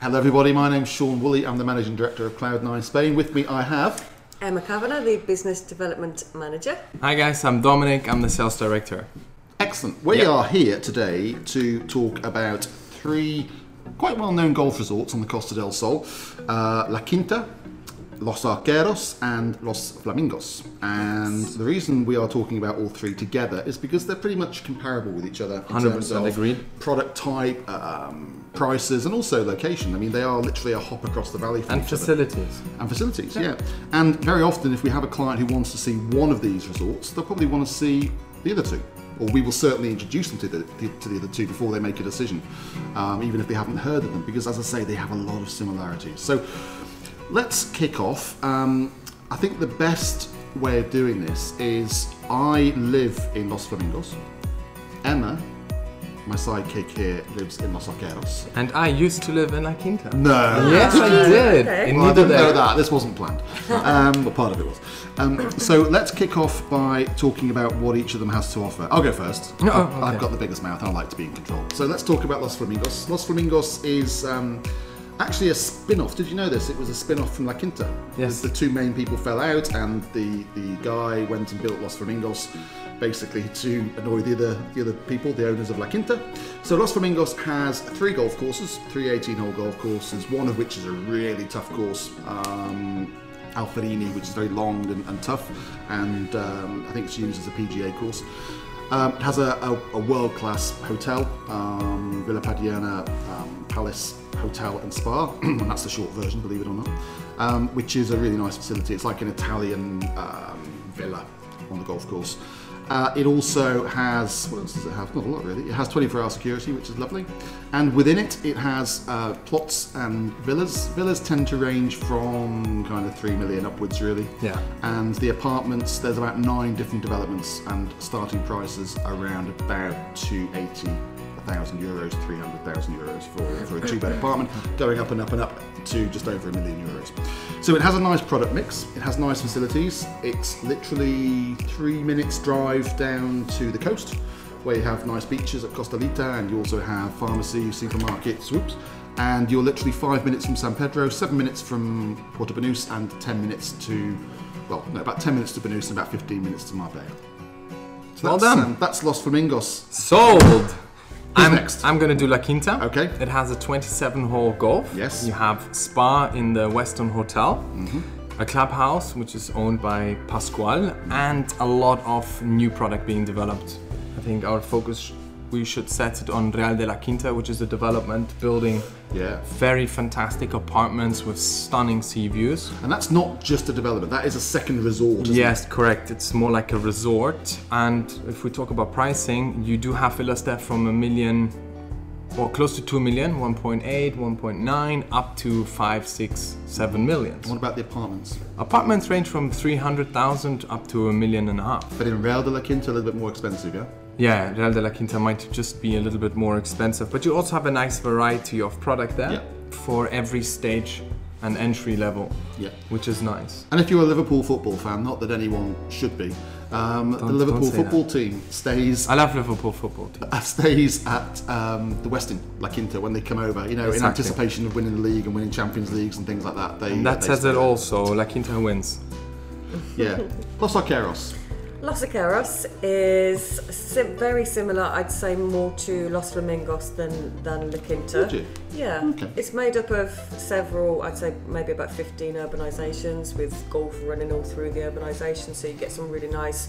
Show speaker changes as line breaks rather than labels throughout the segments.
Hello, everybody. My name's Sean Woolley. I'm the managing director of Cloud9 Spain. With me, I have.
Emma Kavanagh, the Business Development Manager.
Hi guys, I'm Dominic. I'm the sales director.
Excellent. We
Yep.
are here today to talk about three quite well known golf resorts on the Costa del Sol uh, La Quinta, Los Arqueros, and Los Flamingos. And the reason we are talking about all three together is because they're pretty much comparable with each other in terms
100%
of
agreed.
product type, um, prices, and also location. I mean, they are literally a hop across the valley from
And
each other
facilities.
and facilities. Yeah. And very often, if we have a client who wants to see one of these resorts, they'll probably want to see the other two. Or we will certainly introduce them to the, to the other two before they make a decision, um, even if they haven't heard of them, because as I say, they have a lot of similarities. So let's kick off. Um, I think the best way of doing this is I live in Los Flamingos. Emma, my sidekick here, lives in Los Arqueros.
And I used to live in La Quinta.
No.
Yes, I did.
Okay.
In
Oh, Well, I
Nido
didn't know
Day.
that. This wasn't planned. Um, but part of it was. Um, so let's kick off by talking about what each of them has to offer. I'll go first.
No, oh,
I've- I've
okay.
got the biggest mouth and I like to be in control. So let's talk about Los Flamingos. Los Flamingos is um, actually a spin off. Did you know this? It was a spin off from La Quinta.
Yes.
The, the two main people fell out, and the, the guy went and built Los Flamingos basically to annoy the other, the other people, the owners of La Quinta. So Los Flamingos has three golf courses, three 18 hole golf courses, one of which is a really tough course. Um, Alferini, which is very long and, and tough, and um, I think it's used as a PGA course. Um, it has a, a, a world class hotel, um, Villa Paddiana um, Palace Hotel and Spa, and that's the short version, believe it or not, um, which is a really nice facility. It's like an Italian um, villa on the golf course. Uh, it also has, what else does it have? Not a lot really. It has 24 hour security, which is lovely. And within it, it has uh, plots and villas. Villas tend to range from kind of 3 million upwards, really
Yeah.
and the apartments there's about nine different developments and starting prices around about 280 thousand euros 300,000 euros for, for a two bed apartment going up and up and up to just over a million euros so it has a nice product mix it has nice facilities it's literally three minutes drive down to the coast where you have nice beaches at Costalita and you also have pharmacies, supermarkets, whoops. And you're literally five minutes from San Pedro, seven minutes from Puerto Banús, and ten minutes to, well, no, about ten minutes to Banús and about fifteen minutes to Marbella. So
Well
that's,
done.
um, that's Los Flamingos.
Sold. I'm,
next?
I'm gonna do La Quinta.
Okay.
It has a 27 hole golf.
Yes.
You have spa in the Western Hotel,
Mm-hmm.
a clubhouse which is owned by Pascual, and a lot of new product being developed. I think our focus we should set it on Real de la Quinta, which is a development building.
Yeah.
Very fantastic apartments with stunning sea views.
And that's not just a development, that is a second resort. isn't it?
Yes, correct. It's more like a resort. And if we talk about pricing, you do have villas there from a million or close to 2 million, 1.8, 1.9, up to 5, 6, 7 million.
What about the apartments?
Apartments range from 300,000 up to a million and a half.
But in Real de la Quinta, a little bit more expensive, yeah?
Yeah, Real de la Quinta might just be a little bit more expensive, but you also have a nice variety of product there
Yeah.
for every stage and entry level,
Yeah.
which is nice.
And if you're a Liverpool football fan, not that anyone should be, um, the
don't
Liverpool
say that.
football team stays
I love Liverpool football team.
uh, stays at um, the Westin, La Quinta, when they come over, you know, in
Exactly.
anticipation of winning the league and winning Champions Leagues and things like that. They,
That
they
says
stay
it
there.
also, La Quinta wins.
Yeah. Los Arqueros.
Los Icaros is sim- very similar, I'd say more to Los Flamingos than, than La Quinta.
Would you?
Yeah.
Okay.
It's made up of several, I'd say maybe about 15 urbanisations with golf running all through the urbanisation. So you get some really nice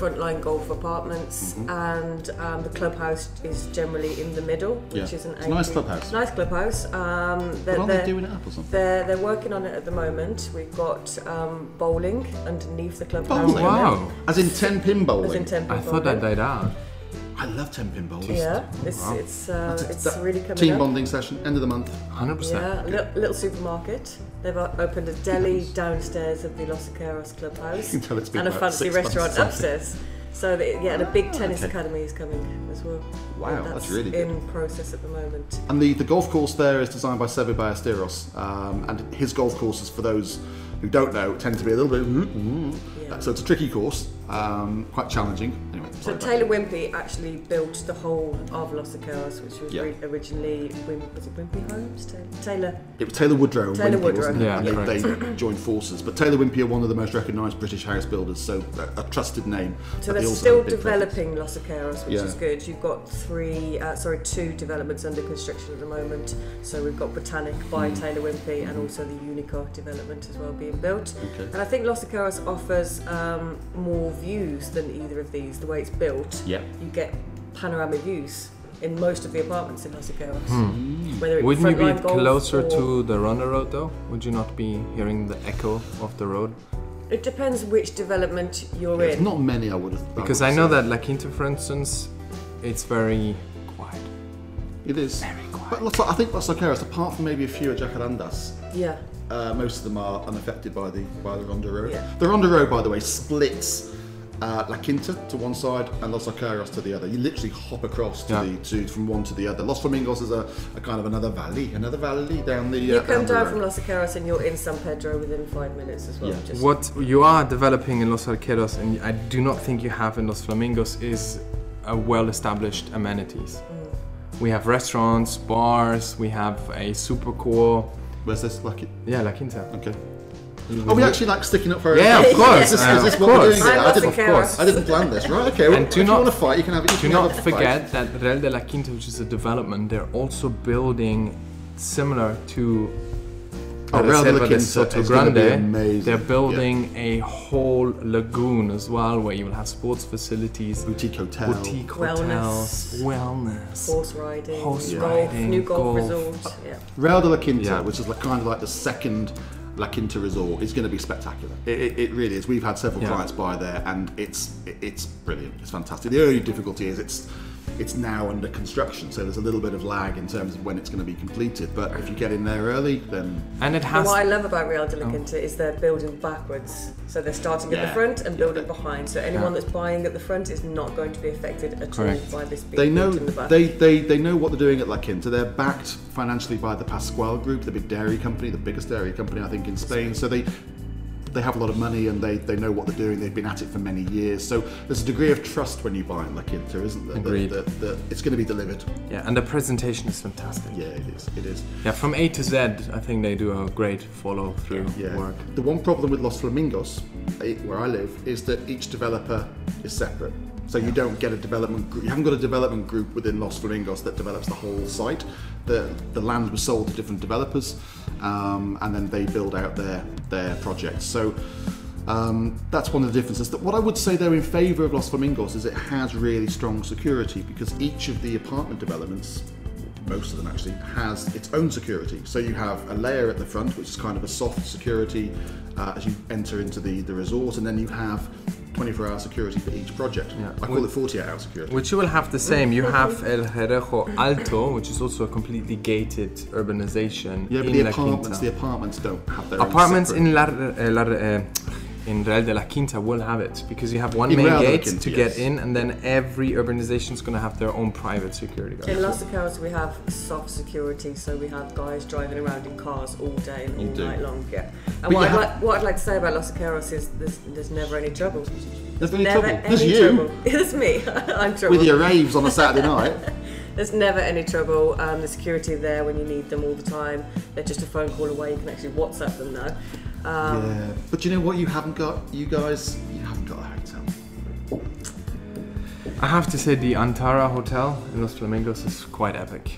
frontline golf apartments
Mm-hmm.
and um, the clubhouse is generally in the middle, which
Yeah.
is an
It's a nice
80
clubhouse.
Nice clubhouse. Um,
But
they're,
aren't they
they're-
doing it up or something?
They're, they're working on it at the moment. We've got um, bowling underneath the clubhouse.
Bowling?
at the
Wow.
moment.
As in 10 pin bowling.
As in ten
I
pin
thought that
bowling.
died out.
I love 10 pin bowling.
Yeah, it's it's uh, it's
That
really coming
Team
up.
bonding session, end of the month.
100%.
Yeah, little, little supermarket. They've o- opened a deli downstairs of the Los Icaros clubhouse
You can tell it's been
and a
about
fancy
six months
restaurant
since.
upstairs. So that, yeah, and a big tennis
okay.
academy is coming as well.
Wow,
And
that's really good.
in process at the moment.
And the, the golf course there is designed by Sebe Ballesteros. Um, and his golf courses, for those who don't know, tend to be a little bit.
Yeah.
So it's a tricky course. Um, quite challenging. Anyway,
So
sorry about
Taylor Wimpey actually built the whole of Los Icaros, which was
Yeah.
re- originally Wim- was it Wimpy Homes? Ta- Taylor.
It was Taylor Woodrow and
Taylor
Wimpey,
Woodrow.
wasn't it?
Yeah,
And they,
correct.
they joined forces. But Taylor Wimpey are one of the most recognised British house builders, so a, a trusted name.
So
but
they're
they also
still
have a big presence.
developing Los Icaros, which
Yeah.
is good. You've got three, uh, sorry, two developments under construction at the moment. So we've got Botanic
Hmm.
by Taylor Wimpey and also the Unicar development as well being built.
Okay.
And I think Los Icaros offers um, more views than either of these. The way it's built,
Yeah.
you get panoramic views in most of the apartments in Los Icaros. Whether it be
Hmm. Wouldn't you be
frontline golf
closer
or-
to the Ronda Road though? Would you not be hearing the echo of the road?
It depends which development you're
There's
in.
not many I would have.
Because I know that La Quinta, for instance, it's very quiet.
It is. Very quiet. But Los, I think Los Alcaraz, apart from maybe a few at Jacarandas,
yeah.
uh, most of them are unaffected by the by the Ronda Road.
Yeah.
The Ronda Road, by the way, splits uh, La Quinta to one side and Los Alcaraz to the other. You literally hop across to
Yeah.
the to from one to the other. Los Flamingos is a, a kind of another valley, another valley down the.
You
uh,
come
the
down
road.
from Los Icaros and you're in San Pedro within five minutes as well.
Yeah.
Just
What you are developing in Los Arqueros, and I do not think you have in Los Flamingos, is a well-established amenities. We have restaurants, bars. We have a supercore.
Where's this? Like it.
Yeah, La Quinta.
Okay. Are we actually like sticking up for our
Yeah,
own
of
cause?
course,
Is this,
yeah,
is this
of
what we're
course.
doing here?
I'm
I
Los
didn't,
Icaros.
I didn't plan this, right? Okay. Well,
And do
if
not-
you want to fight, you can have it. You
Do
can have
not
a fight.
forget that Real de la Quinta, which is a development, they're also building similar to
Oh, Real de la
Reserva del
Quinta
Soto
is gonna be
Grande.
amazing.
They're building a whole lagoon as well, where you will have sports facilities,
Boutique hotel.
boutique hotels, wellness.
horse riding,
Horse
golf,
riding,
new golf,
golf. Uh,
resort. Yeah.
Real de la Quinta,
Yeah.
which is like, kind of like the second La Quinta resort, is going to be spectacular. It, it, it really is. We've had several
Yeah.
clients buy there, and it's it- it's brilliant. It's fantastic. The only difficulty is it's it's now under construction, so there's a little bit of lag in terms of when it's going to be completed. But if you get in there early, then
And it
And
has
what I love about Real de la
Oh.
Quinta is they're building backwards. So they're starting at
Yeah.
the front and
Yeah.
building behind. So anyone that's buying at the front is not going to be affected at
Correct.
all by this being
they know
built in the back.
they, they they know what they're doing at La Quinta. They're backed financially by the Pascual Group, the big dairy company, the biggest dairy company I think in Spain. So they they have a lot of money and they, they know what they're doing. They've been at it for many years. So there's a degree of trust when you buy in La Quinta, isn't there? That-
Agreed.
That, that it's going to be delivered.
yeah, and the presentation is fantastic.
Yeah, it is. It is.
Yeah, from A to Z, I think they do a great follow through
Yeah.
work.
The one problem with Los Flamingos, eh, where I live, is that each developer is separate. So you don't get a development group. You haven't got a development group within Los Flamingos that develops the whole site. The the land was sold to different developers, um, and then they build out their their projects. So. Um, that's one of the differences. That what I would say though in favour of Los Flamingos is it has really strong security because each of the apartment developments most of them actually, has its own security. So you have a layer at the front, which is kind of a soft security uh, as you enter into the, the resort, and then you have 24 hour security for each project. I call it 48 hour security.
Which you will have the same. You have El Jerejo Alto, which is also a completely gated urbanization
yeah, but
in
the
La
apartments,
Quinta.
the apartments don't have their
apartments
own
in La, uh, La, uh, in Real de la Quinta will have it because you have one
In
main
Real de la
gate
Quinta,
to
yes.
get in, and then every urbanization is going to have their own private security guard.
in Los Icaros we have soft security, so we have guys driving around in cars all day and all
do.
night long. Yeah.
But
And what
you
I'd,
have-
like, what I'd like to say about Los Icaros is there's, there's never any trouble.
There's any
never
trouble.
any
There's you
trouble. It's me. I'm trouble.
with your raves on a Saturday night.
There's never any trouble. Um, the security are there when you need them all the time. They're just a phone call away. You can actually WhatsApp them now. Um,
yeah. But you know what? You haven't got, you guys, you haven't got a hotel.
I have to say, the Antara Hotel in Los Flamingos is quite epic.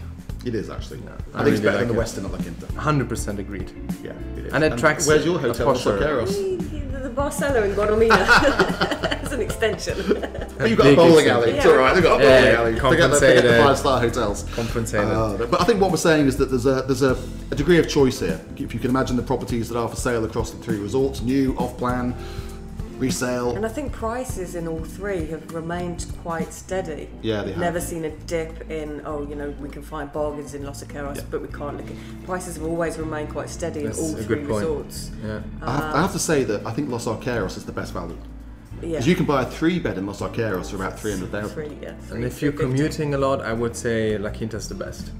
It is actually. I,
I
think it's
really
better
like
than the
it.
Western at La Quinta.
100% agreed.
Yeah, it is.
And it attracts
Where's your
a
hotel? Los
posher.
Vaqueros?
The the bar cellar in Guadalmina. it's an extension.
Oh, you've got a
big
bowling
extent.
alley. It's
Yeah.
all right. They've got a
Yeah, yeah,
bowling alley. They get the, they get the
compensated.
five star hotels.
Compensated.
Uh, but I think what we're saying is that there's a there's a, a degree of choice here. If you can imagine the properties that are for sale across the three resorts, new, off plan, resale.
And I think prices in all three have remained quite steady.
Yeah, they have.
Never seen a dip in, oh, you know, we can find bargains in Los Icaros, but we can't look at. Prices have always remained quite steady
That's
in all
a
three
good point.
resorts.
Yeah.
I, have, I have to say that I think Los Arqueros is the best value.
uh, Yeah.
Because you can buy a three bed in Los Arqueros for about 300,000.
Three, yeah, three,
And if you're
350.
commuting a lot, I would say La Quinta's the best.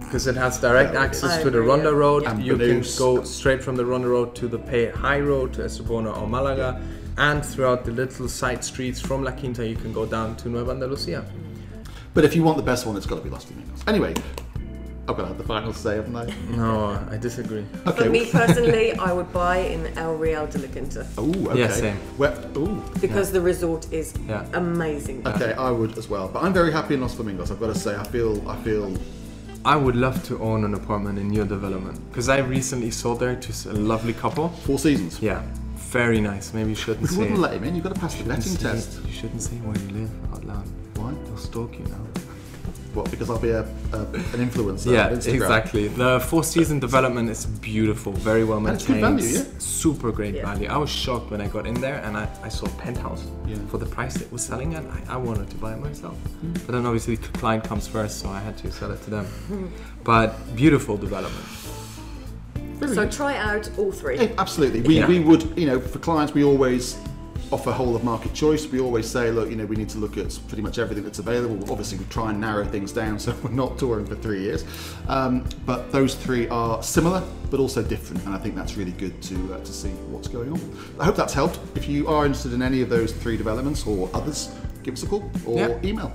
Because it has direct
Yeah, it
access
is.
to the
I agree,
Ronda
yeah.
Road.
And
you can
Banús.
go straight from the Ronda Road to the pay high road to Estepona or Malaga. and throughout the little side streets from La Quinta, you can go down to Nueva Andalusia.
But if you want the best one, it's got to be Los Domingos. Anyway, I've got to have the final say, haven't I?
No, I disagree.
For me personally, I would buy in El Real de la Quinta
Ooh, okay.
Yeah, same.
Where- ooh.
because the resort is
Yeah.
amazing.
Okay, I would as well. But I'm very happy in Los Flamingos. I've got to say, I feel, I feel.
I would love to own an apartment in your development because I recently saw there just a lovely couple.
Four seasons.
Yeah, very nice. Maybe you shouldn't
We
say.
wouldn't
it.
let him in. You've got to pass the vetting test.
You shouldn't say where you live out loud.
Why?
They'll stalk you now.
What? Because I'll be a, a an influencer.
yeah,
on Instagram.
exactly. The four season development is beautiful, very well
And it's good
maintained.
value, yeah?
Super great
Yeah.
value. I was shocked when I got in there and I, I saw penthouse
Yeah. Hmm.
for the price it was selling at. I, I wanted to buy it myself. But then obviously the client comes first, so I had to sell it to them. but beautiful development.
Very
So
good.
try out all three.
Yeah, absolutely. We,
Yeah.
we would, you know, for clients, we always offer whole of market choice. We always say, look, you know, we need to look at pretty much everything that's available. Obviously, we try and narrow things down so we're not touring for three years. Um, but those three are similar, but also different. And I think that's really good to, uh, to see what's going on. I hope that's helped. If you are interested in any of those three developments or others, give us a call or
Yeah.
email.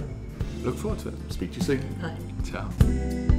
Look forward to it.
Speak to you soon.
Hi.
Ciao.